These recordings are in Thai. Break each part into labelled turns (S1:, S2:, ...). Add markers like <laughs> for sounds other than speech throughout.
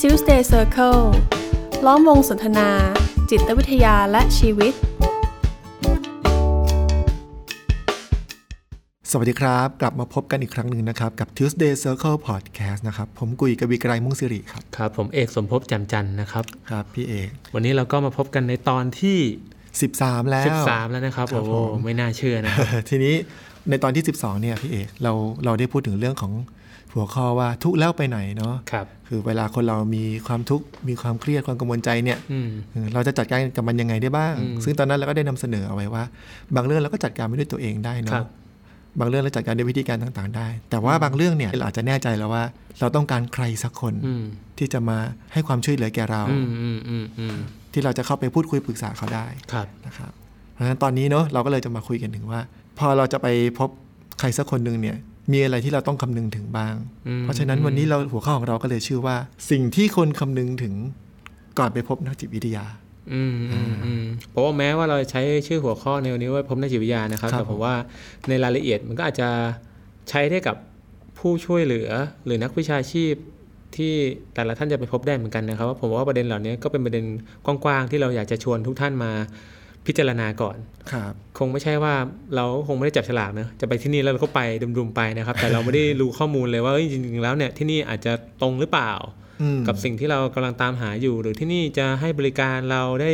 S1: Tuesday Circle ล้อมวงสนทนา จิตวิทยาและชีวิต
S2: สวัสดีครับ กลับมาพบกันอีกครั้งหนึ่งนะครับ กับ Tuesday Circle Podcast นะครับ ผมกุยกบีไกรมุ่งสิริครับ
S3: ครับผมเอกสมภพแจ่มจันทร์นะครับ
S2: ครับ พี่เอก
S3: วันนี้เราก็มาพบกันในตอนที่
S2: 13 แล้ว
S3: 13 แล้วนะครับ
S2: ครับ
S3: โอ้โห
S2: ผม
S3: ไม่น่าเชื่อนะ
S2: ทีนี้ในตอนที่ 12 เนี่ยพี่เอก เราเราได้พูดถึงเรื่องของหัวข้อว่าทุกข์แล้วไปไหนเนาะ
S3: ครับ
S2: คือเวลาคนเรามีความทุกข์มีความเครียดความกังวลใจเนี่ย
S3: อืม
S2: เออเราจะจัดการกับมันยังไงได้บ้าง ซึ่งตอนนั้นเราก็ได้นำเสนอเอาไว้ว่า บางเรื่องเราก็จัดการไม่ด้วยตัวเองได้
S3: ครั
S2: เนาะ
S3: บ
S2: บางเรื่องเราจัดการด้วยวิธีการต่างๆ ได้ แต่ว่าบางเรื่องเนี่ยเราอาจจะแน่ใจแล้วว่า เราต้องการใครสักคน
S3: อืม
S2: ที่จะมาให้ความช่วยเหลือแก่เรา
S3: อืมอืมอืมอืม
S2: ที่เราจะเข้าไปพูดคุยปรึกษาเขาได้
S3: ครับ
S2: นะครับเพราะฉะนั้นตอนนี้เนาะเราก็เลยจะมาคุยกันถึงว่า พอเราจะไปพบใครสักคนหนึ่งเนี่ยมีอะไรที่เราต้องคำนึงถึงบ้าง
S3: อืม
S2: เพราะฉะนั้นวันนี้เราหัวข้อของเราก็เลยชื่อว่า สิ่งที่คนคำนึงถึงก่อนไปพบนักจิตวิทยา
S3: อืมอืมอืมเพราะว่าแม้ว่าเราจะใช้ชื่อหัวข้อในวันนี้ว่าพบนักจิตวิทยานะครับ
S2: ครับ
S3: แต่ผมว่าในรายละเอียดมันก็อาจจะใช้ได้กับผู้ช่วยเหลือหรือนักวิชาชีพที่แต่ละท่านจะไปพบได้เหมือนกันนะครับว่าผมว่าประเด็นเหล่านี้ก็เป็นประเด็นกว้างๆที่เราอยากจะชวนทุกท่านมาพิจารณาก่อน
S2: ครับ
S3: คงไม่ใช่ว่าเราคงไม่ได้จับฉลากนะจะไปที่นี่แล้วเราก็ไปดุมๆไปนะครับ แต่เราไม่ได้รู้ข้อมูลเลยว่าเอ้ยจริงๆแล้วเนี่ยที่นี่อาจจะตรงหรือเปล่า
S2: อืม
S3: กับสิ่งที่เรากำลังตามหาอยู่ หรือที่นี่จะให้บริการเราได้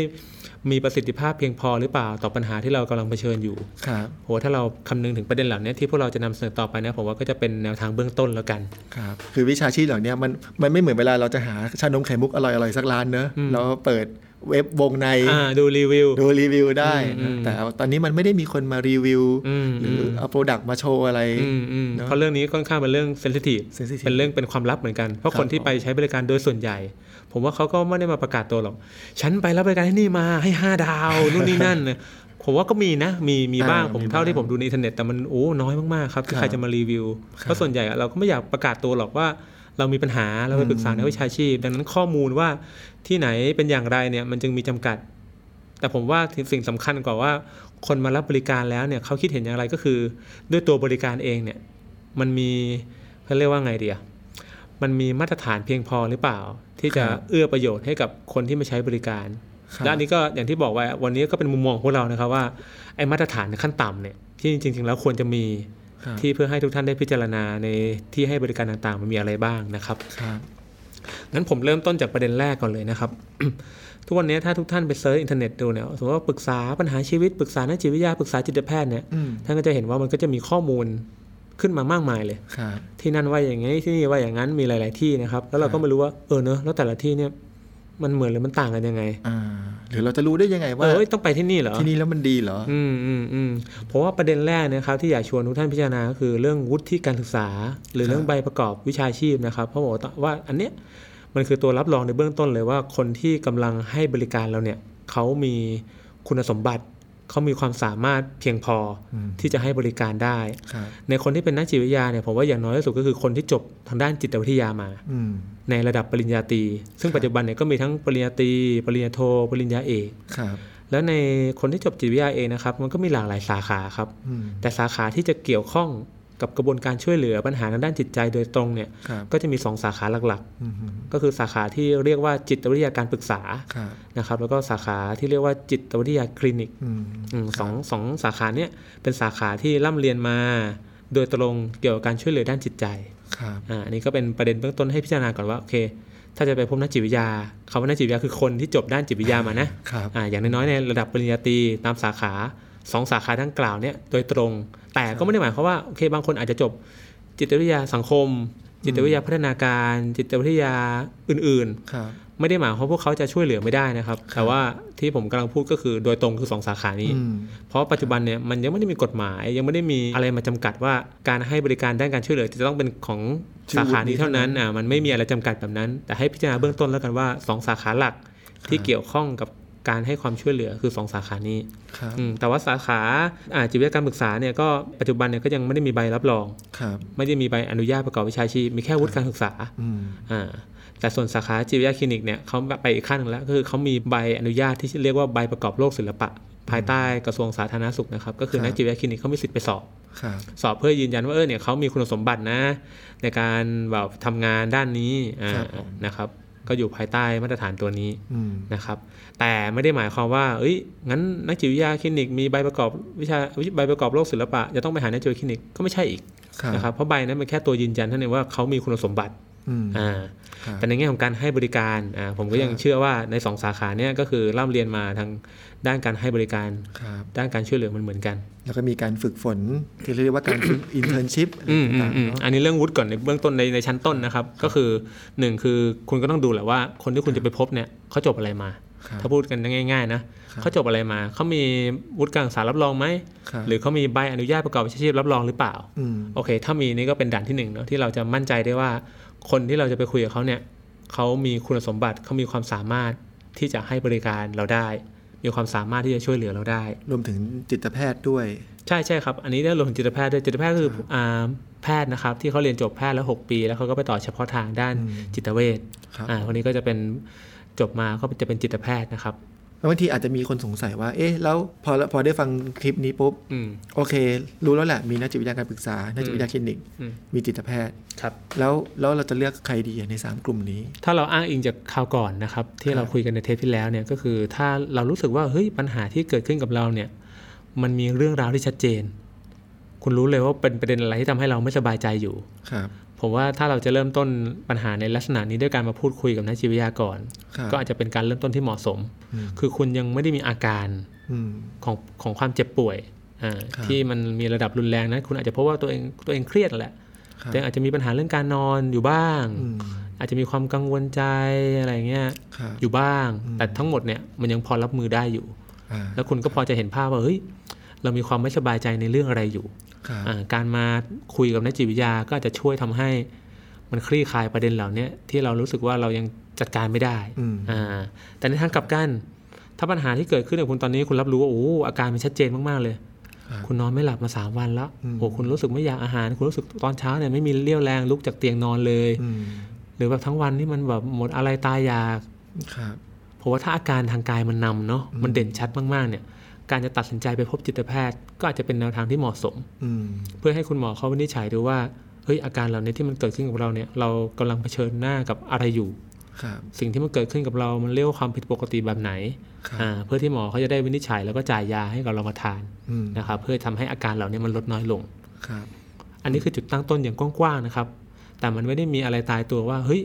S3: มีประสิทธิภาพเพียงพอหรือเปล่าต่อปัญหาที่เรากำลังเผชิญอยู่
S2: ครับ
S3: โหถ้าเราคำนึงถึงประเด็นเหล่านี้ที่พวกเราจะนำเสนอต่อไปนะผมว่าก็จะเป็นแนวทางเบื้องต้นแล้วกัน
S2: ครับ คือวิชาชีพเหล่าเนี้ยมันมันไม่เหมือนเวลาเราจะหาชานมไข่มุกอร่อยๆสักร้านเนอะเราเปิดเว็บวงใน
S3: อ่าดูรีวิว
S2: ดูรีวิวได้
S3: อื
S2: นะ
S3: ม
S2: แต่ตอนนี้มันไม่ได้มีคนมารีวิว
S3: อืม
S2: หรืออ
S3: ม
S2: เอาโปรดักต์มาโชว์อะไร
S3: อืมอืม
S2: เนอะ
S3: เพราะเรื่องนี้ค่อนข้างเป็นเรื่องเซนซิทีฟ
S2: sensitive
S3: เป็นเรื่องเป็นความลับเหมือนกัน เพราะ
S2: ครับ
S3: คนที่ไปใช้บริการโดยส่วนใหญ่ ผมว่าเขาก็ไม่ได้มาประกาศตัวหรอก ฉันไปรับบริการที่นี่มาให้ 5 ดาว นู่นนี่ <laughs> นั่นเนี่ยผมว่าก็มีนะ มีมีบ้าง
S2: อ่า
S3: ผม
S2: มีบ้าง
S3: เท่าที่ผมดูในอินเทอร์เน็ตแต่มันโอ้น้อยมากๆครับที่ใคร
S2: ครับ
S3: จะมารีวิว เพราะส่วนใหญ่อะเราก็ไม่อยากประกาศตัวหรอกว่า เรามีปัญหาเราไปปรึกษานักวิชาชีพ ดังนั้นข้อมูลว่าที่ไหนเป็นอย่างไรเนี่ยมันจึงมีจำกัด แต่ผมว่าสิ่งสำคัญกว่าว่า คนมารับบริการแล้วเนี่ยเขาคิดเห็นอย่างไรก็คือ ด้วยตัวบริการเองเนี่ย มันมีเขาเรียกว่าไงเดียมันมีมาตรฐานเพียงพอหรือเปล่า ที่จะ
S2: ครับ
S3: เอื้อประโยชน์ให้กับคนที่มาใช้บริการ
S2: ครับ
S3: และอันนี้ก็อย่างที่บอกไว้วันนี้ก็เป็นมุมมองของพวกเรานะครับว่าไอ้มาตรฐานขั้นต่ำเนี่ยที่จริงๆแล้วควรจะมี
S2: ครับ
S3: ที่เพื่อให้ทุกท่านได้พิจารณาในที่ให้บริการต่างๆ มันมีอะไรบ้างนะครับ
S2: ครับ
S3: งั้นผมเริ่มต้นจากประเด็นแรกก่อนเลยนะครับ <coughs> ทุกวันนี้ถ้าทุกท่านไปเซิร์ชอินเทอร์เน็ตดูเนี่ยสมมติว่าปรึกษาปัญหาชีวิตปรึกษานักจิตวิทยาปรึกษาจิตแพทย์เนี่ย
S2: อืม
S3: ท่านก็จะเห็นว่ามันก็จะมีข้อมูลขึ้นมามากมายเลย
S2: ครับ
S3: ที่นั่นว่าอย่างไงที่นี่ว่าอย่างนั้นมีหลาย ๆที่นะครับ แล้วเราก็ไม่รู้ว่าเออเนอะแล้วแต่ละที่เนี่ยมันเหมือนหรือมันต่างกันยังไง
S2: อ่าหรือเราจะรู้ได้ยังไง
S3: เอ
S2: ว่า
S3: อเอ้ยต้องไปที่นี่เหรอ
S2: ที่นี่แล้วมันดีเหรอ
S3: อืมอืมอืมเพราะว่าประเด็นแรกนะครับที่อยากชวนทุกท่านพิจารณาก็คือเรื่องวุฒิการศึกษา หรือเรื่องใบประกอบวิชาชีพนะครับเพราะบอกว่าอันเนี้ยมันคือตัวรับรองในเบื้องต้นเลยว่าคนที่กำลังให้บริการเราเนี่ยเขามีคุณสมบัติเขามีความสามารถเพียงพออ
S2: ม
S3: ที่จะให้บริการได้
S2: ครับ
S3: ในคนที่เป็นนักจิตวิทยาเนี่ยผมว่าอย่างน้อยที่สุดก็คือคนที่จบทางด้านจิตวิทยามา
S2: อืม
S3: ในระดับปริญญาตรีซึ่งปัจจุบันเนี่ยก็มีทั้งปริญญาตรีปริญญาโทปริญญาเอก
S2: ครับ
S3: แล้วในคนที่จบจิตวิทยาเองนะครับมันก็มีหลากหลายสาขาครับ
S2: อืม
S3: แต่สาขาที่จะเกี่ยวข้องกับกระบวนการช่วยเหลือปัญหาทางด้านจิตใจโดยตรงเนี่ย
S2: ครับ
S3: ก็จะมี 2 สาขาหลัก
S2: อืม
S3: ๆ ก็คือสาขาที่เรียกว่าจิตวิทยาการปรึกษา
S2: ครับ
S3: นะครับแล้วก็สาขาที่เรียกว่าจิตวิทยาคลินิก
S2: อืม
S3: อืมสองสองสาขาเนี่ยเป็นสาขาที่ร่ำเรียนมา โดยตรงเกี่ยวกับการช่วยเหลือด้านจิตใจ
S2: ครับ
S3: อ่าอันนี้ก็เป็นประเด็นเบื้องต้นให้พิจารณาก่อนว่าโอเค ถ้าจะไปพบนักจิตวิทยาคำว่านักจิตวิทยาคือคนที่จบด้านจิตวิทยามานะ
S2: ครับ
S3: อ่าอย่างน้อยๆในระดับปริญญาตรีตามสาขาสองสาขาทั้งกล่าวเนี่ยโดยตรง แต่ก็ไม่ได้หมายความว่าโอเคบางคนอาจจะจบจิตวิทยาสังคม จิตวิทยาพัฒนาการ จิตวิทยาอื่น
S2: ครับ
S3: ๆ ไม่ได้หมายความว่าพวกเขาจะช่วยเหลือไม่ได้นะครับแต่ว่าที่ผมกำลังพูดก็คือโดยตรงคือสองสาขานี้
S2: อืม
S3: เพราะปัจจุบันเนี่ยมันยังไม่ได้มีกฎหมาย ยังไม่ได้มีอะไรมาจำกัดว่าการให้บริการด้านการช่วยเหลือจะต้องเป็นของสาขานี้เท่านั้นอ่ามันไม่มีอะไรจำกัดแบบนั้น แต่ให้พิจารณาเบื้องต้นแล้วกันว่าสองสาขาหลักที่เกี่ยวข้องกับการให้ความช่วยเหลือคือสองสาขานี้
S2: ครับ
S3: อืมแต่ว่าสาขาอ่าจิตวิทยาการปรึกษาเนี่ยก็ปัจจุบันเนี่ยก็ยังไม่ได้มีใบรับรอง
S2: ครับ
S3: ไม่ได้มีใบอนุญาตประกอบวิชาชีพมีแค่วุฒิการศึกษา
S2: อืม
S3: อ่าแต่ส่วนสาขาจิตวิทยาคลินิกเนี่ยเขาไปอีกขั้นหนึงแล้วก็คือเขามีใบอนุญาตที่เรียกว่าใบประกอบโรคศิลปะ ภายใต้กระทรวงสาธารณสุขนะครับก็คือนักจิตวิทยาคลินิกเขามีสิทธิ์ไปสอบ
S2: ครับ
S3: สอบเพื่อยืนยันว่าเออเนี่ยเขามีคุณสมบัตินะ ในการแบบทำงานด้านนี้อ่านะครับ ก็อยู่ภายใต้มาตรฐานตัวนี้
S2: อืม
S3: นะครับ แต่ไม่ได้หมายความว่าเอ้ยงั้นนักจิตวิทยาคลินิกมีใบประกอบวิชาใบประกอบโรคศิลปะจะต้องไปหาในจิตคลินิกก็ไม่ใช่อีก
S2: ครับ
S3: นะครับเพราะใบนั้นเป็นแค่ตัวยืนยันเท่านั้นเองว่าเขามีคุณสมบัติ
S2: อืม
S3: อ่า
S2: ครับ
S3: แต่ในแง่ของการให้บริการอ่าผมก็ยั
S2: ค
S3: ง
S2: รับ
S3: เชื่อว่าในสองสาขาเนี่ยก็คือร่ำเรียนมาทางด้านการให้บริการ
S2: ครับ
S3: ด้านการช่วยเหลือมันเหมือนกัน
S2: แล้วก็มีการฝึกฝนที่เรียกว่าการ <coughs> อินเทอร์นชิพอะไร
S3: อืมอื
S2: ต่าม ง
S3: อื
S2: ๆ
S3: ม
S2: เนาะ
S3: อันนี้เรื่องวุฒิก่อนในเบื้องต้นในในชั้นต้นนะครับ ก็คือหนึ่งคือคุณก็ต้องดูแหละว่า คนที่คุณจะไปพบเนี่ยเขาจบอะไรมา
S2: ครับ
S3: ถ้าพูดกันง่ายๆนะครับ เขาจบอะไรมาเขามีวุฒิการศึกษารับรองไหม
S2: ครับ
S3: หรือเขามีใบอนุญาตประกอบวิชาชีพรับรองหรือเปล่า
S2: ม
S3: โอเค ถ้ามีนี่ก็เป็นด่านที่หนึ่งเนาะที่เราจะมั่นใจได้ว่า คนที่เราจะไปคุยกับเขาเนี่ยเขามีคุณสมบัติเขามีความสามารถที่จะให้บริการเราได้ มีความสามารถที่จะช่วยเหลือเราได้
S2: รวมถึงจิตแพทย์ด้วย
S3: ใช่ใช่ครับ อันนี้ได้รวมถึงจิตแพทย์ด้วยจิตแพทย์ก็คืออ่าแพทย์นะครับ ที่เขาเรียนจบแพทย์แล้ว 6 ปี แล้วเขาก็ไปต่อเฉพาะทางด้าน
S2: อืม
S3: จิตเวช
S2: ครับ
S3: อ่าคนนี้ก็จะเป็นจบมาก็จะเป็นจิตแพทย์นะครับ
S2: แล้วบางทีอาจจะมีคนสงสัยว่า เอ๊ะแล้วพอพอได้ฟังคลิปนี้ปุ๊บ
S3: อืม
S2: โอเค รู้แล้วแหละมีนักจิตวิทยาการปรึกษานักจิตวิทยาคลินิก
S3: อืม
S2: มีจิตแพทย์
S3: ครับ
S2: แล้วแล้วเราจะเลือกใครดีในสามกลุ่มนี้
S3: ถ้าเราอ้างอิงจากข่าวก่อนนะครับ ที่เราคุยกันในเทปที่แล้วเนี่ยก็คือถ้าเรารู้สึกว่าเฮ้ยปัญหาที่เกิดขึ้นกับเราเนี่ย มันมีเรื่องราวที่ชัดเจน คุณรู้เลยว่าเป็นประเด็นอะไรที่ทำให้เราไม่สบายใจอยู่
S2: ครับ
S3: ผมว่าถ้าเราจะเริ่มต้นปัญหาในลักษณะนี้ด้วยการมาพูดคุยกับนักจิตวิทยาก่อน
S2: ครับ
S3: ก็อาจจะเป็นการเริ่มต้นที่เหมาะสม
S2: อืม
S3: คือคุณยังไม่ได้มีอาการ
S2: อืม
S3: ของของความเจ็บป่วยอ่า
S2: ครับ
S3: ที่มันมีระดับรุนแรงนั้นคุณอาจจะพบว่าตัวเองตัวเองเครียดแหละ
S2: ครับ
S3: แต่อาจจะมีปัญหาเรื่องการนอนอยู่บ้าง
S2: อืม
S3: อาจจะมีความกังวลใจอะไรเงี้ย
S2: ครับ
S3: อยู่บ้าง
S2: อืม
S3: แต่ทั้งหมดเนี่ยมันยังพอรับมือได้อยู่
S2: อ่า
S3: แล้วคุณก็พอจะเห็นภาพว่าเฮ้ยเรามีความไม่สบายใจในเรื่องอะไรอยู่
S2: ครับ
S3: อ่าการมาคุยกับนักจิตวิทยาก็อาจจะช่วยทำให้มันคลี่คลายประเด็นเหล่าเนี้ยที่เรารู้สึกว่าเรายังจัดการไม่ได้
S2: อืม
S3: อ่าแต่ในทางกลับกันถ้าปัญหาที่เกิดขึ้นกับคุณตอนนี้คุณรับรู้ว่าโอ้โหอาการมันชัดเจนมากๆเลย
S2: ครับ
S3: คุณนอนไม่หลับมาสามวันแล้ว
S2: อืม
S3: โอ้คุณรู้สึกไม่อยากอาหาร คุณรู้สึกตอนเช้าเนี่ยไม่มีเรี่ยวแรงลุกจากเตียงนอนเลย
S2: อืม
S3: หรือแบบทั้งวันนี่มันแบบหมดอะไรตายอยาก
S2: ครับ
S3: เพราะว่าถ้าอาการทางกายมันนำเนาะ
S2: อืม
S3: มันเด่นชัดมากๆเนี่ย การจะตัดสินใจไปพบจิตแพทย์ ก็อาจจะเป็นแนวทางที่เหมาะสม
S2: อืม
S3: เพื่อให้คุณหมอเขาวินิจฉัยดูว่าเฮ้ยอาการเหล่านี้ที่มันเกิดขึ้นกับเราเนี่ยเรากำลังเผชิญหน้ากับอะไรอยู่
S2: ครับ
S3: สิ่งที่มันเกิดขึ้นกับเรามันเรียกว่าความผิดปกติแบบไหน
S2: ครับ
S3: อ่าเพื่อที่หมอเขาจะได้วินิจฉัยแล้วก็จ่ายยาให้กับเรามาทาน
S2: อืม
S3: นะครับเพื่อทำให้อาการเหล่านี้มันลดน้อยลง
S2: ครับ
S3: อันนี้คือจุดตั้งต้นอย่างกว้างๆนะครับ แต่มันไม่ได้มีอะไรตายตัวว่า เฮ้ย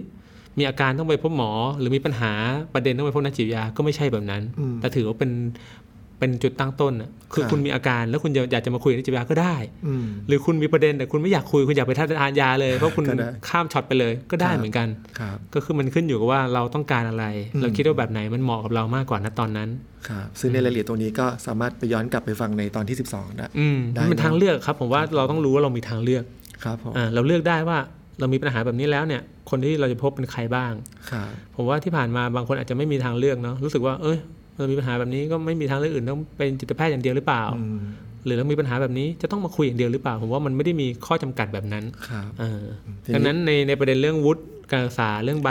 S3: มีอาการต้องไปพบหมอ หรือมีปัญหาประเด็นต้องไปพบนักจิตวิทยา ก็ไม่ใช่แบบนั้น
S2: อืม
S3: แต่ถือว่าเป็น เป็นจุดตั้งต้นน่ะคือ
S2: ครับ
S3: คุณมีอาการแล้วคุณอยากจะมาคุยกับนักจิตวิทยาก็ได้
S2: อืม
S3: หรือคุณมีประเด็นแต่คุณไม่อยากคุยคุณอยากไปทานยาเลย เพราะคุณ
S2: ก็ได้
S3: ข้ามช็อตไปเลย ก็ได้เหมือนกัน
S2: ครับ
S3: ก็คือมันขึ้นอยู่กับว่าเราต้องการอะไร
S2: อืม
S3: เราคิดว่าแบบไหนมันเหมาะกับเรามากกว่าณตอนนั้น
S2: ครับซึ่งในรายละเอียดตรงนี้ก็สามารถไปย้อนกลับไปฟังในตอนที่ 12ได้
S3: อืม
S2: ได้
S3: มันเป็น
S2: เนอะ
S3: ทางเลือกครับ ผมว่าเราต้องรู้ว่าเรามีทางเลือก
S2: ครับผม
S3: อ่าเราเลือกได้ว่าเรามีปัญหาแบบนี้แล้วเนี่ย คนที่เราจะพบเป็นใครบ้าง
S2: ครับ
S3: ผมว่าที่ผ่านมาบางคนอาจจะไม่มีทางเลือกเนาะรู้สึกว่าเอ้ยเรามีปัญหาแบบนี้ก็ไม่มีทางเลือกอื่นต้องเป็นจิตแพทย์อย่างเดียวหรือเปล่า
S2: อืม
S3: หรือเรามีปัญหาแบบนี้จะต้องมาคุยอย่างเดียวหรือเปล่า ผมว่ามันไม่ได้มีข้อจำกัดแบบนั้น
S2: ครับ
S3: เออ
S2: ที
S3: ดังนั้นในในประเด็นเรื่องวุฒิการศึกษาเรื่องใบ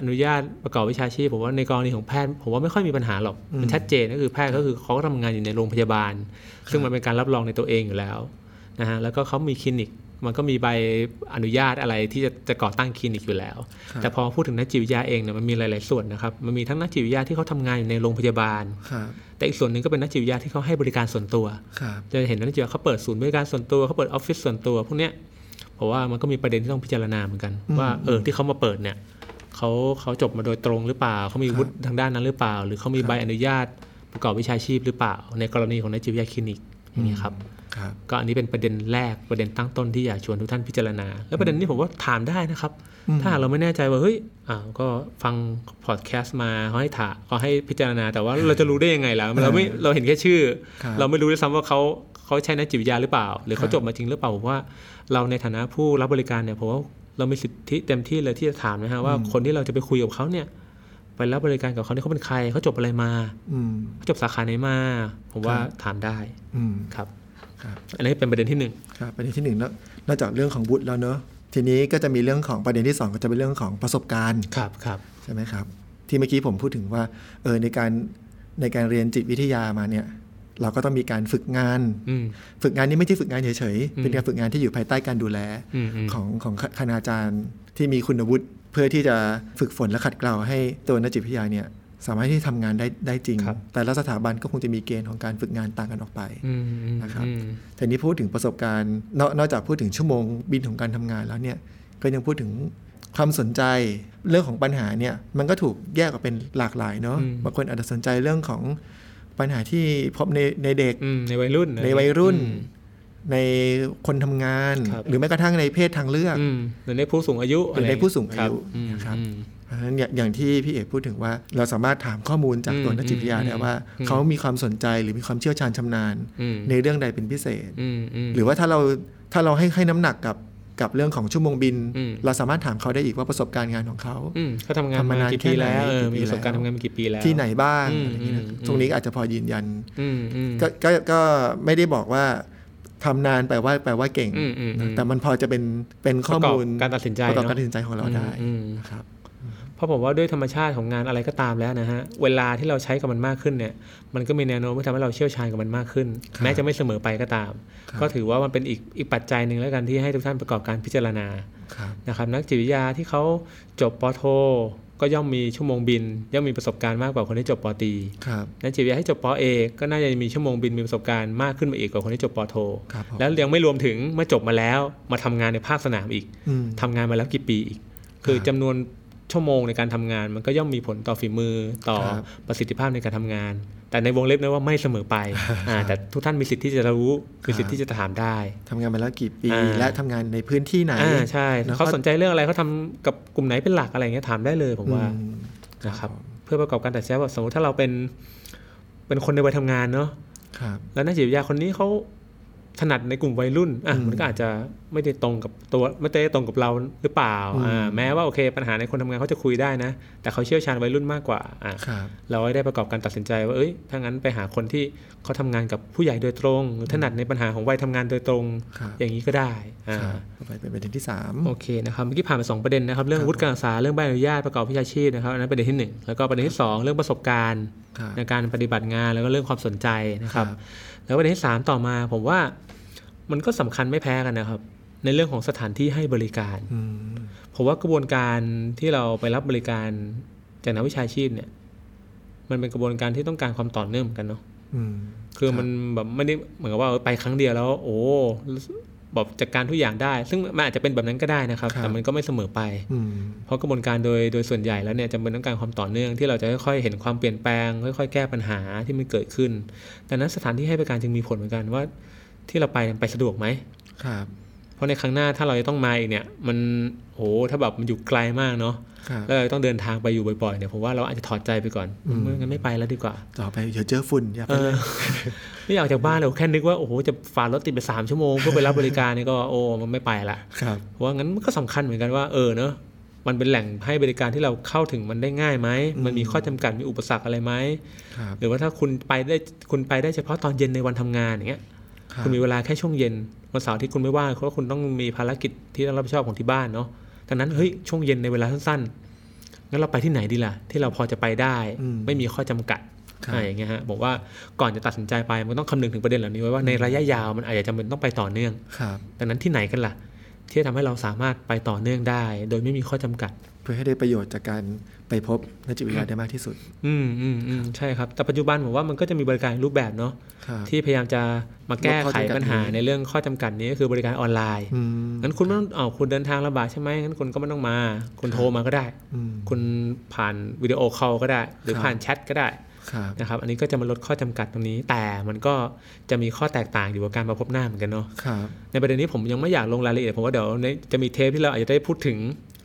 S3: อนุญาตประกอบวิชาชีพผมว่าในกรณีของแพทย์ ผมว่าไม่ค่อยมีปัญหาหรอก
S2: อืม
S3: มันชัดเจนก็คือแพทย์ก็คือเขาก็ทำงานอยู่ในโรงพยาบาล ซึ่งมันเป็นการรับรองในตัวเองอยู่แล้วนะฮะแล้วก็เขามีคลินิก มันก็มีใบอนุญาตอะไรที่จะจะก่อตั้งคลินิกอยู่แล้ว
S2: ครับ
S3: แต่พอพูดถึงนักจิตวิทยาเองเนี่ยมันมีหลาย ๆ ส่วนนะครับมันมีทั้งนักจิตวิทยาที่เขาทำงานอยู่ในโรงพยาบาล
S2: ครับ
S3: แต่อีกส่วนหนึ่งก็เป็นนักจิตวิทยาที่เขาให้บริการส่วนตัว
S2: ครับ
S3: จะเห็นนักจิตวิทยาเขาเปิดศูนย์บริการส่วนตัวเขาเปิดออฟฟิศส่วนตัวพวกเนี้ยเพราะว่ามันก็มีประเด็นที่ต้องพิจารณาเหมือนกัน ว่าเออที่เขามาเปิดเนี่ยเขาเขาจบมาโดยตรงหรือเปล่าเขามีวุฒิทางด้านนั้นหรือเปล่า หรือเขามีใบอนุญาตประกอบวิชาชีพหรือเปล่า ในกรณีของนักจิตวิทยาคลินิกอย่างนี้ยครับ
S2: ครับ
S3: ก็อันนี้เป็นประเด็นแรกประเด็นตั้งต้นที่อยากชวนทุกท่านพิจารณา แล้วประเด็นนี้ผมว่าถามได้นะครับ
S2: อืม
S3: ถ้าหากเราไม่แน่ใจว่าเฮ้ยอ่าวก็ฟังพอดแคสต์มาเขาให้ถามเขาให้พิจารณาแต่ว่าเราจะรู้ได้ยังไงล่ะเราไม่เราเห็นแค่ชื่อ
S2: ครับ
S3: เราไม่รู้ด้วยซ้ำว่าเขาเขาใช้นักจิตวิทยาหรือเปล่า หรือเขาจบมาจริงหรือเปล่าผมว่าเราในฐานะผู้รับบริการเนี่ยผมว่าเรามีสิทธิเต็มที่เลยที่จะถามนะฮะว่าคนที่เราจะไปคุยกับเขาเนี่ยไปรับบริการกับเขาเนี่ยเขาเป็นใครเขาจบอะไรมา
S2: อืม
S3: เขาจบสาขาไหนมาผมว่า
S2: ครับ
S3: ถามได้
S2: อืม
S3: ครับ
S2: ครับ
S3: อันนี้เป็นประเด็นที่หนึ่ง
S2: ครับประเด็นที่หนึ่งแล้วนอกจากเรื่องของวุฒิแล้วเนอะทีนี้ก็จะมีเรื่องของประเด็นที่สองก็จะเป็นเรื่องของประสบการณ์
S3: ครับครับ
S2: ใช่ไหมครับ ที่เมื่อกี้ผมพูดถึงว่าเออในการในการเรียนจิตวิทยามาเนี่ย เราก็ต้องมีการฝึกงาน
S3: อืม
S2: ฝึกงานนี้ไม่ใช่ฝึกงานเฉย
S3: อ
S2: ๆ
S3: ืม
S2: เป็นการฝึกงานที่อยู่ภายใต้การดูแล
S3: อืมอืม
S2: ของของคณาจารย์ที่มีคุณวุฒิ เพื่อที่จะฝึกฝนและขัดเกลาให้ตัวนักจิตวิทยาเนี่ยสามารถที่จะทำงานได้ได้จริง
S3: ครับ
S2: แต่ละสถาบันก็คงจะมีเกณฑ์ของการฝึกงานต่างกันออกไป
S3: อืมอืม
S2: นะครับ
S3: อืม
S2: แต่นี้พูดถึงประสบการณ์นอกนอกจากพูดถึงชั่วโมงบินของการทำงานแล้วเนี่ยก็ยังพูดถึงความสนใจเรื่องของปัญหาเนี่ยมันก็ถูกแยกออกเป็นหลากหลายเนาะบางคนอาจจะสนใจเรื่องของปัญหาที่พบในในเด็ก
S3: อืมในวัยรุ่น
S2: ในวัยรุ่น
S3: อืม
S2: ในคนทำงาน
S3: ครับ
S2: หรือแม้กระทั่งในเพศทางเลือก
S3: อืมหรือในผู้สูงอายุ
S2: หรือในผู้สูงอายุ
S3: ค
S2: ครั
S3: รับ บอืม
S2: เพราะฉะนั้นอย่างอย่างที่พี่เอกพูดถึงว่าเราสามารถถามข้อมูลจาก
S3: อืม
S2: ตัวนักจิตวิทยาได้
S3: อืม
S2: ว่า
S3: อืม
S2: เขามีความสนใจหรือมีความเชี่ยวชาญชำนาญ
S3: อืม
S2: ในเรื่องใดเป็นพิเศษ
S3: อืมอืม
S2: หรือว่าถ้าเราถ้าเราให้ให้น้ำหนักกับกับเรื่องของชั่วโมงบิน
S3: อืม
S2: เราสามารถถามเขาได้อีกว่าประสบการณ์งานของเขา
S3: อืมเขาทำงา
S2: ทำมา
S3: นาน
S2: มาน
S3: กี่
S2: แค่
S3: ปี
S2: ไหน
S3: แล้วเออ
S2: กี่ปี
S3: มีประสบการณ์
S2: แล้ว
S3: ทำงานมากี่ปีแล้ว
S2: ที่ไหนบ้าง
S3: อืม
S2: อะไรอย่างเงี้ยนะ
S3: อืมอืม
S2: ตรงนี้อาจจะพอยืนยัน
S3: อืมอืม
S2: ก็ก็ก็ไม่ได้บอกว่าทำนานแปลว่าแปลว่าเก่ง
S3: อืมอืมอืม
S2: แต่มันพอจะเป็นเป็นข้อมูล
S3: ประกอบการตัดสินใจ
S2: ประกอบการ
S3: เน
S2: ตัด
S3: อะ
S2: สินใจของเราได้
S3: อืมอืม
S2: นะครับ
S3: เพราะผมว่าด้วยธรรมชาติของงานอะไรก็ตามแล้วนะฮะ เวลาที่เราใช้กับมันมากขึ้นเนี่ย มันก็มีแนวโน้มที่ทำให้เราเชี่ยวชาญกับมันมากขึ้น
S2: ครับ
S3: แม้จะไม่เสมอไปก็ตาม
S2: ครับ
S3: ก็ถือว่ามันเป็นอีกอีกปัจจัยหนึ่งแล้วกันที่ให้ทุกท่านประกอบการพิจารณา
S2: ครับ
S3: นะครับนักจิตวิทยาที่เขาจบปโท ก็ย่อมมีชั่วโมงบิน ย่อมมีประสบการณ์มากกว่าคนที่จบปตรี
S2: ครับ
S3: นักจิตวิทยาที่จบปเอกก็น่าจะมีชั่วโมงบินมีประสบการณ์มากขึ้นมาอีกกว่าคนที่จบปโท
S2: ครับผม
S3: แล้วยังไม่รวมถึงเมื่อจบมาแล้วมาทำงานในภาคสนามอีก
S2: อืม
S3: ทำงานมาแล้วกี่ปีอีก คือ
S2: ครับ
S3: จำนวนชั่วโมงในการทำงาน มันก็ย่อมมีผลต่อฝีมือต่อ
S2: ครับ
S3: ประสิทธิภาพในการทำงาน แต่ในวงเล็บนะว่าไม่เสม
S2: <laughs>
S3: อไปอ่าแต่ทุกท่านมีสิทธิ์ที่จะรู้มีสิท
S2: ครั
S3: ธิ์
S2: บ
S3: ที่จะถามได้
S2: ทำงานมาแล้วกี่ปี
S3: อ่า
S2: และทำงานในพื้นที่ไหน
S3: อ่าใช่
S2: แล้วก็
S3: เขาสนใจเรื่องอะไรเขาทำกับกลุ่มไหนเป็นหลักอะไรอย่างเงี้ยถามได้เลยผมว่า
S2: อืม
S3: นะครับ
S2: ครับ
S3: เพื่อประกอบการตัดสินใจว่าสมมติถ้าเราเป็นเป็นคนในวัยทำงานเนาะ
S2: ครับ
S3: แล้วนักจิตวิทยาคนนี้เขาถนัดในกลุ่มวัยรุ่นอ่ะ
S2: อืม
S3: มันก็อาจจะไม่ได้ตรงกับตัวไม่ได้ตรงกับเราหรือเปล่า
S2: อืม
S3: อ่าแม้ว่าโอเค ปัญหาในคนทำงานเขาจะคุยได้นะ แต่เขาเชี่ยวชาญวัยรุ่นมากกว่าอ่ะ
S2: ครับ
S3: เราก็ได้ประกอบการตัดสินใจว่าเอ้ยถ้างั้นไปหาคนที่เขาทำงานกับผู้ใหญ่โดยตรงหรือถนัดในปัญหาของวัยทำงานโดยตรง
S2: ครับ
S3: อย่างนี้ก็ได้อ่า
S2: ครับต่อไปเป็นประเด็นที่สาม
S3: โอเคนะครับเมื่อกี้ผ่านไปสองประเด็นนะครับเรื่อง
S2: ครับ
S3: วุฒิการศึกษาเรื่องใบอนุญาตประกอบวิชาชีพนะครับอันนั้นประเด็นที่หนึ่งแล้วก็ประเด็นที่สองเรื่องประสบการณ์
S2: ครับ
S3: ในการปฏิบัติงานแล้วก็เรื่องความสนใจนะค
S2: ค
S3: รั
S2: รับ บ
S3: แล้วประเด็นที่สามต่อมาผมว่ามันก็สำคัญไม่แพ้กันนะครับ ในเรื่องของสถานที่ให้บริการ
S2: อืม
S3: ผมว่ากระบวนการที่เราไปรับบริการจากนักวิชาชีพเนี่ยมันเป็นกระบวนการที่ต้องการความต่อเนื่องเหมือนกันเนาะ
S2: อืม
S3: คือมันแบบไม่ได้เหมือนกับว่าเออไปครั้งเดียวแล้ว โอ้รู้สึกแบบจัดการทุกอย่างได้ ซึ่งมันอาจจะเป็นแบบนั้นก็ได้นะครับ
S2: ครับ
S3: แต่มันก็ไม่เสมอไป
S2: อืม
S3: เพราะกระบวนการโดยโดยส่วนใหญ่แล้วเนี่ยจำเป็นต้องการความต่อเนื่องที่เราจะค่อยๆเห็นความเปลี่ยนแปลง ค่อยๆ แก้ปัญหาที่มันเกิดขึ้นดังนั้นสถานที่ให้บริการจึงมีผลเหมือนกันว่า ที่เราไปไปสะดวกไหม
S2: ครับ
S3: เพราะในครั้งหน้าถ้าเราจะต้องมาอีกเนี่ย มันโอ้ถ้าแบบมันอยู่ไกลมากเนาะ
S2: ครับ
S3: แล้วเราต้องเดินทางไปอยู่บ่อยๆเนี่ยผมว่าเราอาจจะถอดใจไปก่อน
S2: อืม
S3: งั้นไม่ไปแล้วดีกว่า
S2: ต่อไปเดี๋ยวเจอฝุ่นอย่าไป
S3: เอ
S2: เล
S3: อย ไม่อยากจากบ้านเลยแค่นึกว่าโอ้โหจะฝ่ารถติดไปสามชั่วโมงเพื่อไปรับบริการนี่ก็โอ้มันไม่ไปละ
S2: ครับ
S3: เพราะว่างั้นมันก็สำคัญเหมือนกันว่าเออเนอะมันเป็นแหล่งให้บริการที่เราเข้าถึงมันได้ง่ายไหมมันมีข้อจำกัดมีอุปสรรคอะไรไหม
S2: ครับ
S3: หรือว่าถ้าคุณไปได้คุณไปได้เฉพาะตอนเย็นในวันทำงานอย่างเงี้ย
S2: ครับ
S3: คุณมีเวลาแค่ช่วงเย็นวันเสาร์ที่คุณไม่ว่างเพราะว่าคุณต้องมีภารกิจที่ต้องรับผิดชอบของที่บ้านเนาะดังนั้นเฮ้ยช่วงเย็นในเวลาสั้นๆงั้นเราไปที่ไหนดีล่ะ ที่เราพอจะไปได้
S2: อืม
S3: ไม่มีข้อจำกัด
S2: ครับ
S3: อะไรอย่างเงี้ยฮะบอกว่าก่อนจะตัดสินใจไปมันต้องคำนึงถึงประเด็นเหล่านี้ไว้ว่าในระยะยาวมันอาจจะจำเป็นต้องไปต่อเนื่อง
S2: ครับ
S3: ดังนั้นที่ไหนกันล่ะ ที่จะทำให้เราสามารถไปต่อเนื่องได้ โดยไม่มีข้อจำกัด
S2: เพื่อให้ได้ประโยชน์จากการไปพบนักจิตวิทยาได้มากที่สุด
S3: อืมอืมอืมใช่ครับ แต่ปัจจุบันผมว่ามันก็จะมีบริการรูปแบบเนาะ
S2: ครับ
S3: ที่พยายามจะมาแก้
S2: ลดข้อ
S3: ไข
S2: จำกัด
S3: ปัญหา
S2: นี้
S3: ในเรื่องข้อจำกัดนี้ก็คือบริการออนไลน์
S2: อืม
S3: งั้นคุณไม่ต้องอาวคุณเดินทางลำบากใช่ไหมงั้นคุณก็ไม่ต้องมา คุณโทรมาก็ได้
S2: อืม
S3: คุณผ่านวิดีโอคอลก็ได้ หรือ
S2: ครับ
S3: ผ่านแชทก็ได้
S2: ครับ
S3: นะครับอันนี้ก็จะมาลดข้อจำกัดตรงนี้ แต่มันก็จะมีข้อแตกต่างอยู่กับการมาพบหน้าเหมือนกันเนาะ
S2: ครับ
S3: ในประเด็นนี้ผมยังไม่อยากลงรายละเอียดผมว่าเดี๋ยวในจะมีเทปที่เราอาจจะได้พูดถึง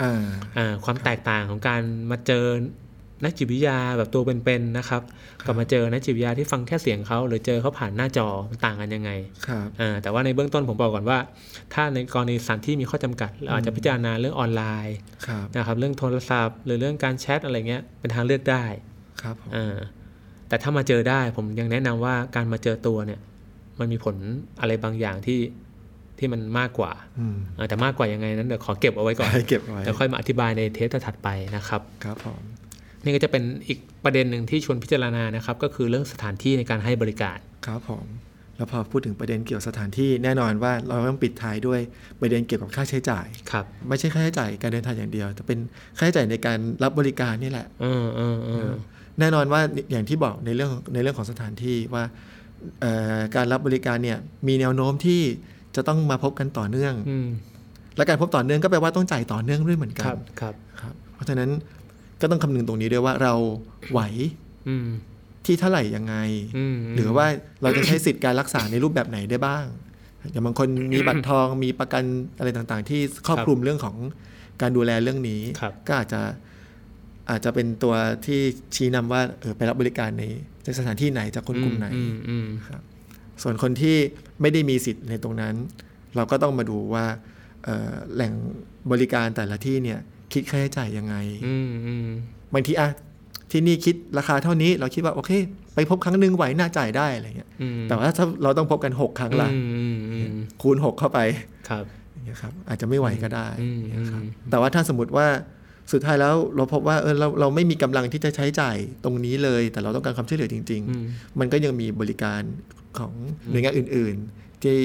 S2: อ่า
S3: อ่าความแตกต่างของการมาเจอนักจิตวิทยาแบบตัวเป็นๆนะครับ
S2: ครับ
S3: กับมาเจอนักจิตวิทยาที่ฟังแค่เสียงเขาหรือเจอเขาผ่านหน้าจอมันต่างกันยังไง
S2: ครับ
S3: อ่าแต่ว่าในเบื้องต้นผมบอกก่อนว่า ถ้าในกรณีสถานที่มีข้อจำกัดเราอาจจะพิจารณาเรื่องออนไลน์
S2: ครับ
S3: นะครับเรื่องโทรศัพท์ หรือเรื่องการแชทอะไรเงี้ยเป็นทางเลือกได้
S2: ครับผม
S3: อ่าแต่ถ้ามาเจอได้ผมยังแนะนำว่าการมาเจอตัวเนี่ย มันมีผลอะไรบางอย่างที่ที่มันมากกว่า
S2: อืม
S3: อ่าแต่มากกว่ายังไงนั้นเดี๋ยวขอเก็บเอาไว้ก่อน
S2: ให้เก็บไว้
S3: เดี๋ยวค่อยมาอธิบายในเทปถัดๆไปนะครับ
S2: ครับผม
S3: นี่ก็จะเป็นอีกประเด็นหนึ่งที่ชวนพิจารณานะครับ ก็คือเรื่องสถานที่ในการให้บริการ
S2: ครับผม แล้วพอพูดถึงประเด็นเกี่ยวกับสถานที่แน่นอนว่าเราต้องปิดท้ายด้วยประเด็นเกี่ยวกับค่าใช้จ่าย
S3: ครับ
S2: ไม่ใช่ค่าใช้จ่ายการเดินทางอย่างเดียว แต่เป็นค่าใช้จ่ายในการรับบริการนี่แหละ
S3: เออเออเออ
S2: แน่นอนว่าอย่างที่บอกในเรื่องในเรื่องของสถานที่ว่าเอ่อการรับบริการเนี่ยมีแนวโน้มที่จะต้องมาพบกันต่อเนื่อง
S3: อืม
S2: และการพบต่อเนื่องก็แปลว่าต้องจ่ายต่อเนื่องด้วยเหมือนกั
S3: คน รับครับ
S2: ครับเพราะฉะนั้นก็ต้องคำนึงตรงนี้ด้วยว่าเราไหว
S3: อืม
S2: ที่เท่าไหร่ยังไง
S3: อืม
S2: หรือว่าเราจะใช้สิทธิ์การรักษาในรูปแบบไหนได้บ้าง อย่างบางคนมีบัตรทองมีประกันอะไรต่างๆ ที่ครอบคลุมเรื่องของการดูแลเรื่องนี้
S3: ครับ
S2: ก็อาจจะอาจจะเป็นตัวที่ชี้นำว่าเออไปรับบริการในในสถานที่ไหนจากคนกลุ่มไหน
S3: อืมอืม
S2: ส่วนคนที่ไม่ได้มีสิทธิ์ในตรงนั้น เราก็ต้องมาดูว่าเอ่อแหล่งบริการแต่ละที่เนี่ยคิดค่าใช้จ่ายยังไง
S3: อืมอืม
S2: บางทีอะที่นี่คิดราคาเท่านี้ เราคิดว่าโอเค ไปพบครั้งหนึ่งไหวน่าจ่ายได้อะไรเงี้ย
S3: อืม
S2: แต่ว่าถ้าเราต้องพบกัน 6 ครั้งละ
S3: อืมอืมอืม
S2: คูณ 6 เข้าไป
S3: ครับ
S2: อย่างเงี้ยครับอาจจะไม่ไหวก็ได้
S3: อืม
S2: อย่างเงี้ยครับ
S3: อืม
S2: แต่ว่าถ้าสมมติว่าสุดท้ายแล้วเราพบว่าเออเราเราไม่มีกำลังที่จะใช้จ่ายตรงนี้เลย แต่เราต้องการความช่วยเหลือจริง
S3: อืม
S2: ๆ มันก็ยังมีบริการของหน่วยงานอื่น ๆ ที่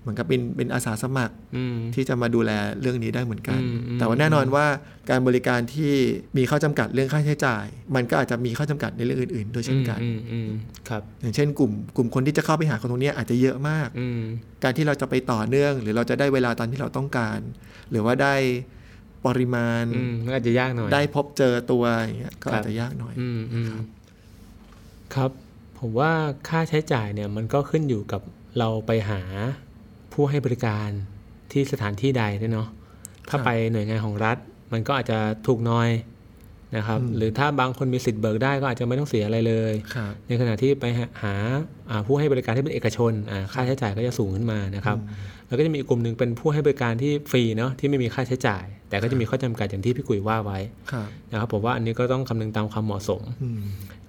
S2: เหมือนกับเป็นเป็นอาสาสมัคร
S3: อืม
S2: ที่จะมาดูแลเรื่องนี้ได้เหมือนกัน
S3: อืมอืม
S2: แต่ว่าแน่นอนว่าการบริการที่มีข้อจำกัดเรื่องค่าใช้จ่าย มันก็อาจจะมีข้อจำกัดในเรื่องอื่นๆด้วยเช่นกัน
S3: อืมอืมอืมครับ
S2: อย่างเช่นกลุ่มกลุ่มคนที่จะเข้าไปหาคนตรงเนี้ยอาจจะเยอะมาก
S3: อืม
S2: การที่เราจะไปต่อเนื่อง หรือเราจะได้เวลาตามที่เราต้องการ หรือว่าได้ปริมาณ
S3: อืมมันอาจจะยากหน่อย
S2: ได้พบเจอตัวอย่างเงี้ยก็
S3: ครับ
S2: อาจจะยากหน่อย
S3: อืมอื
S2: ค
S3: ม
S2: รับ
S3: ครับ ผมว่าค่าใช้จ่ายเนี่ยมันก็ขึ้นอยู่กับเราไปหาผู้ให้บริการที่สถานที่ใดด้วยเนาะถ้าไปหน่วยงานของรัฐ มันก็อาจจะถูกน้อยนะครับ หรือถ้าบางคนมีสิทธิ์เบิกได้ก็อาจจะไม่ต้องเสียอะไรเลย
S2: ครับ
S3: ในขณะที่ไปหาหาอ่าผู้ให้บริการที่เป็นเอกชนอ่าค่าใช้จ่ายก็จะสูงขึ้นมานะครับ แล้วก็จะมีอีกกลุ่มหนึ่งเป็นผู้ให้บริการที่ฟรีเนาะที่ไม่มีค่าใช้จ่าย แต่ก็จะมีข้อจำกัดอย่างที่พี่กุยว่าไว้
S2: ครับ
S3: นะครับผมว่าอันนี้ก็ต้องคำนึงตามความเหมาะสม
S2: อืม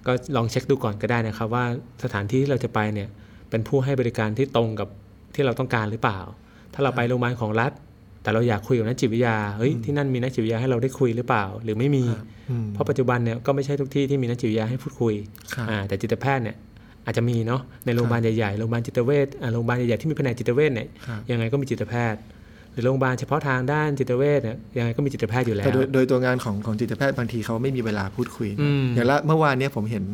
S3: ก็ลองเช็คดูก่อนก็ได้นะครับ ว่าสถานที่ที่เราจะไปเนี่ยเป็นผู้ให้บริการที่ตรงกับที่เราต้องการหรือเปล่า ถ้าเราไปโรงพยาบาลของรัฐ แต่เราอยากคุยกับนักจิตวิทยาเฮ้ยที่นั่นมีนักจิตวิทยาให้เราได้คุยหรือเปล่า หรือไม่มี
S2: ครับอืม
S3: เพราะปัจจุบันเนี่ยก็ไม่ใช่ทุกที่ที่มีนักจิตวิทยาให้พูดคุย
S2: ครับ
S3: อ่าแต่จิตแพทย์เนี่ยอาจจะมีเนาะในโรงพยาบาลใหญ่ๆ โรงพยาบาลจิตเวชอ่าโรงพยาบาลใหญ่ๆที่มีแผนกจิตเวชเนี่ย
S2: ครับ
S3: ยังไงก็มีจิตแพทย์ หรือโรงพยาบาลเฉพาะทางด้านจิตเวชเนี่ยยังไงก็มีจิตแพทย์อยู่แล้ว
S2: แต่โดยโดยตัวงานของของจิตแพทย์บางทีเขาไม่มีเวลาพูดคุยนะ
S3: อืม
S2: อย่างละเมื่อวานเนี้ยผมเห็น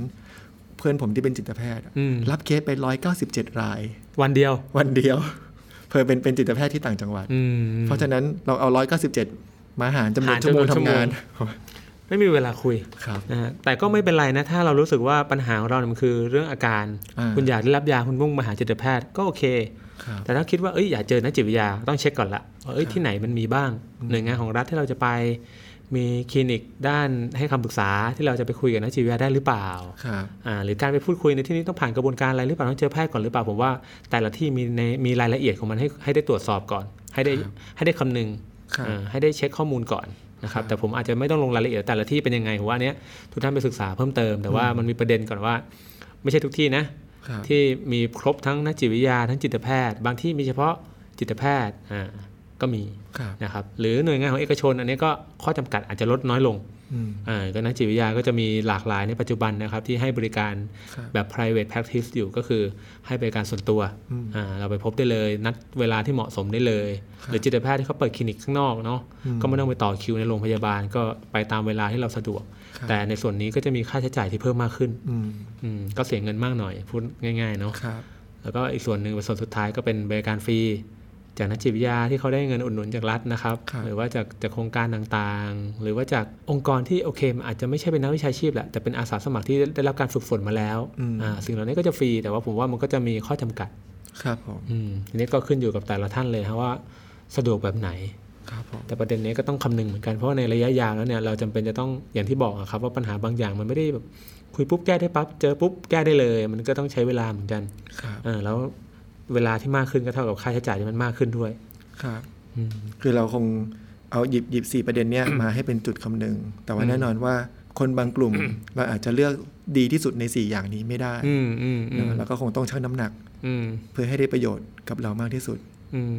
S2: เพื่อนผมที่เป็นจิตแพทย์อะ
S3: อืม
S2: รับเคสไป 197 ราย
S3: วันเดียว
S2: วันเดียว <laughs> เพื่อเป็นเป็นจิตแพทย์ที่ต่างจังหวัด
S3: อืม
S2: เพราะฉะนั้นเราเอา 197 มาหารจำนวน
S3: หาร
S2: ชั่วโมง
S3: จำนวนชั่ว
S2: ทำ
S3: โมง
S2: งาน
S3: ไม่มีเวลาคุย
S2: ครับ
S3: นะฮะแต่ก็ไม่เป็นไรนะ ถ้าเรารู้สึกว่าปัญหาของเราเนี่ยมันคือเรื่องอาการ
S2: อ่า
S3: คุณอยากได้รับยาคุณมุ่งมาหาจิตแพทย์ก็โอเค
S2: ครับ
S3: แต่ถ้าคิดว่าเอ้ยอยากเจอนักจิตวิทยาต้องเช็คก่อนละว่าเอ้ยที่ไหนมันมีบ้าง หน่วยงานของรัฐที่เราจะไป มีคลินิกด้านให้คำปรึกษาที่เราจะไปคุยกับนักจิตวิทยาได้หรือเปล่า
S2: ครับ
S3: อ่า หรือการไปพูดคุยในที่นี้ต้องผ่านกระบวนการอะไรหรือเปล่าต้องเจอแพทย์ก่อนหรือเปล่าผมว่า แต่ละที่มีในมีรายละเอียดของมันให้ให้ได้ตรวจสอบก่อน ให้ได้
S2: ครับ
S3: ให้ได้คำนึง
S2: ครับ
S3: อ่าให้ได้เช็คข้อมูลก่อนนะครับ แต่ผมอาจจะไม่ต้องลงรายละเอียดแต่ละที่เป็นยังไงผมว่าอันเนี้ยทุกท่านไปศึกษาเพิ่มเติมแต่ว่ามันมีประเด็นก่อนว่า ไม่ใช่ทุกที่นะ
S2: ครับ
S3: ที่มีครบทั้งนักจิตวิทยาทั้งจิตแพทย์ บางที่มีเฉพาะจิตแพทย์อ่าก็มี
S2: ครับ
S3: นะครับหรือหน่วยงานของเอกชน อันนี้ก็ข้อจำกัดอาจจะลดน้อยลง
S2: อืม
S3: อ่าก็นักจิตวิทยาก็จะมีหลากหลายในปัจจุบันนะครับที่ให้บริการ
S2: ครับ
S3: แบบ private practice อยู่ก็คือให้บริการส่วนตัว
S2: อืม
S3: อ่าเราไปพบได้เลยนัดเวลาที่เหมาะสมได้เลย
S2: ครับ
S3: หรือจิตแพทย์ที่เขาเปิดคลินิกข้างนอกเนาะ
S2: อืม
S3: ก็ไม่ต้องไปต่อคิวในโรงพยาบาลก็ไปตามเวลาที่เราสะดวก
S2: ครับ
S3: แต่ในส่วนนี้ก็จะมีค่าใช้จ่ายที่เพิ่มมากขึ้น
S2: อืม
S3: อืมก็เสียเงินมากหน่อยพูดง่ายๆเนาะ
S2: ครับ
S3: แล้วก็อีกส่วนหนึ่งเป็นส่วนสุดท้ายก็เป็นบริการฟรีจากนักจิตวิทยาที่เขาได้เงินอุดหนุนจากรัฐนะครับ
S2: ครับ
S3: หรือว่าจากจากโครงการต่างๆ หรือว่าจากองค์กรที่โอเคมันอาจจะไม่ใช่เป็นนักวิชาชีพแหละแต่เป็นอาสาสมัครที่ได้รับการฝึกฝนมาแล้ว
S2: อืม
S3: อ่าสิ่งเหล่านี้ก็จะฟรีแต่ว่าผมว่ามันก็จะมีข้อจำกัด
S2: ครับผม
S3: อืมทีนี้ก็ขึ้นอยู่กับแต่ละท่านเลยฮะว่าสะดวกแบบไหน
S2: ครับผม
S3: แต่ประเด็นนี้ก็ต้องคำนึงเหมือนกันเพราะว่าในระยะยาวแล้วเนี่ยเราจำเป็นจะต้องอย่างที่บอกอะครับว่าปัญหาบางอย่างมันไม่ได้แบบคุยปุ๊บแก้ได้ปั๊บเจอปุ๊บแก้ได้เลย มันก็ต้องใช้เวลาเหมือนกัน
S2: ครับ
S3: เออแล้วเวลาที่มากขึ้นก็เท่ากับค่าใช้จ่ายที่มันมากขึ้นด้วย
S2: ครับ
S3: อืม
S2: คือเราคงเอาหยิบหยิบสี่ประเด็นเนี้ย มาให้เป็นจุดคำนึง แต่ว่าแน่นอนว่าคนบางกลุ่ม เราอาจจะเลือกดีที่สุดใน 4 อย่างนี้ไม่ได้
S3: อืมอืมอืม
S2: นะแล้วก็คงต้องชั่งน้ำหนัก
S3: อืม
S2: เพื่อให้ได้ประโยชน์กับเรามากที่สุด
S3: อืม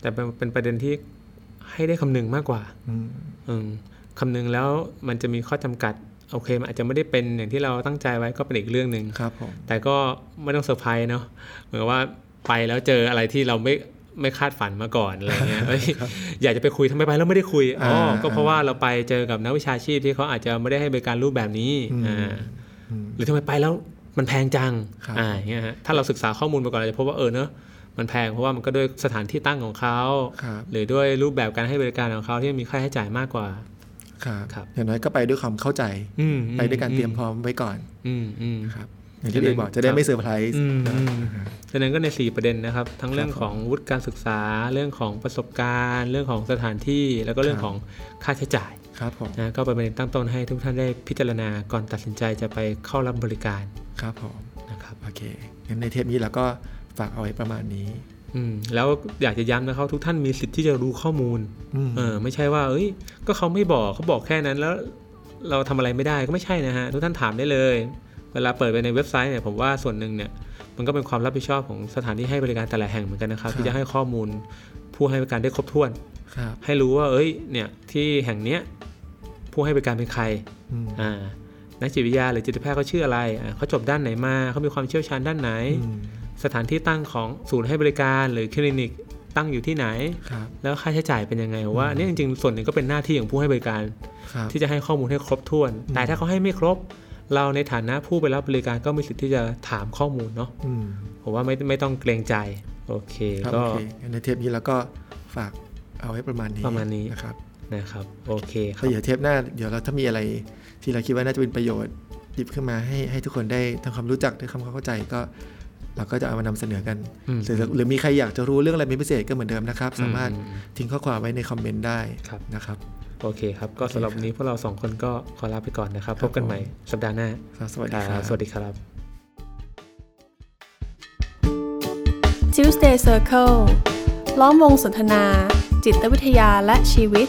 S3: แต่เป็นเป็นประเด็นที่ให้ได้คำนึงมากกว่า
S2: อืม
S3: อืมคำนึงแล้วมันจะมีข้อจำกัด โอเคมันอาจจะไม่ได้เป็นอย่างที่เราตั้งใจไว้ก็เป็นอีกเรื่องหนึ่ง
S2: ครับผม
S3: แต่ก็ไม่ต้องเซอร์ไพรส์เนาะเหมือนกับว่าไปแล้วเจออะไรที่เราไม่ไม่คาดฝันมาก่อนอะไรเงี้ยเอ้ย
S2: <laughs>
S3: อยากจะไปคุยทำไมไปแล้วไม่ได้คุยอ๋ออา ก็เพราะว่าเราไปเจอกับนักวิชาชีพที่เขาอาจจะไม่ได้ให้บริการรูปแบบนี้อ่า
S2: อืม
S3: หรือทำไมไปแล้วมันแพงจัง
S2: ครับ
S3: อ่าอย่างเงี้ยฮะถ้าเราศึกษาข้อมูลมาก่อนเราจะพบว่าเออเนอะมันแพงเพราะว่ามันก็ด้วยสถานที่ตั้งของเขา
S2: ครับ
S3: หรือด้วยรูปแบบการให้บริการของเขาที่มีค่าใช้จ่ายมากกว่า
S2: ครับ
S3: ครับ
S2: อย่างน้อยก็ไปด้วยความเข้าใจ
S3: อืม
S2: ไปด้วยการเตรียมพร้อมไว้ก่อน
S3: อืมอืม
S2: ครับอย่างที่เอกบอกจะได้ไม่เซอร์ไพรส์
S3: อืมอืมดังนั้นก็ใน 4 ประเด็นนะครับ ทั้งเรื่องของวุฒิการศึกษา เรื่องของประสบการณ์ เรื่องของสถานที่ แล้วก็เรื่องของค่าใช้จ่าย
S2: ครับผม
S3: นะก็เป็นประเด็นตั้งต้นให้ทุกท่านได้พิจารณาก่อนตัดสินใจจะไปเข้ารับบริการ
S2: ครับผม
S3: นะครับ
S2: โอเคงั้นในเทปนี้เราก็ฝากเอาไว้ประมาณนี้
S3: อืมแล้วอยากจะย้ำนะครับทุกท่านมีสิทธิ์ที่จะรู้ข้อมูล
S2: อืม
S3: เออไม่ใช่ว่าเอ้ยก็เขาไม่บอกเขาบอกแค่นั้นแล้ว เราทำอะไรไม่ได้ก็ไม่ใช่นะฮะทุกท่านถามได้เลย เวลาเปิดไปในเว็บไซต์เนี่ยผมว่าส่วนหนึ่งเนี่ยมันก็เป็นความรับผิดชอบของสถานที่ให้บริการแต่ละแห่งเหมือนกันนะครับที่จะให้ข้อมูลผู้ให้บริการได้ครบถ้วน
S2: ครับ
S3: ให้รู้ว่าเอ้ยเนี่ยที่แห่งเนี้ยผู้ให้บริการเป็นใคร
S2: อืม
S3: อ่านักจิตวิทยาหรือจิตแพทย์เขาชื่ออะไรอ่าเขาจบด้านไหนมาเขามีความเชี่ยวชาญด้านไหน
S2: อืม
S3: สถานที่ตั้งของศูนย์ให้บริการหรือคลินิกตั้งอยู่ที่ไหน
S2: ครับ
S3: แล้วค่าใช้จ่ายเป็นยังไงผมว่าอันนี่จริงๆส่วนหนึ่งก็เป็นหน้าที่ของผู้ให้บริการ
S2: ครับ
S3: ที่จะให้ข้อมูลให้ครบถ้วน
S2: อืม
S3: แต่ถ้าเขาให้ไม่ครบ เราในฐานะผู้ไปรับบริการก็มีสิทธิ์ที่จะถามข้อมูลเนาะ
S2: อืม
S3: ผมว่าไม่ไม่ต้องเกรงใจ โอเค
S2: ครับ
S3: ก็
S2: โอเคงั้นในเทปนี้เราก็ฝากเอาไว้ประมาณนี้
S3: ประมาณนี้
S2: นะครับ
S3: นะครับ โอเคค
S2: ก็
S3: รับ
S2: เดี๋ยวเทปหน้าเดี๋ยวเราถ้ามีอะไร ที่เราคิดว่าน่าจะเป็นประโยชน์หยิบขึ้นมาให้ให้ทุกคนได้ทำความรู้จักได้ทำความเข้าใจก็ เราก็จะเอามานำเสนอกัน
S3: อืม
S2: หรือหรือมีใครอยากจะรู้เรื่องอะไรเป็นพิเศษก็เหมือนเดิมนะครับ สามารถ
S3: อือื
S2: ทิ้งข้อความไว้ในคอมเมนต์ได้
S3: ครับ
S2: นะครับ
S3: โอเคครับ ก็สำหรับวันนี้พวกเราสองคนก็ขอลาไปก่อนนะครับ
S2: ครับ
S3: พบกัน
S2: ผม
S3: ใหม่สัปดาห์หน้า
S2: ครับสวัสดีครั
S3: ครับ บสวัสดีครับ
S1: Tuesday Circle ล้อมวงสนทนา จิตวิทยาและชีวิต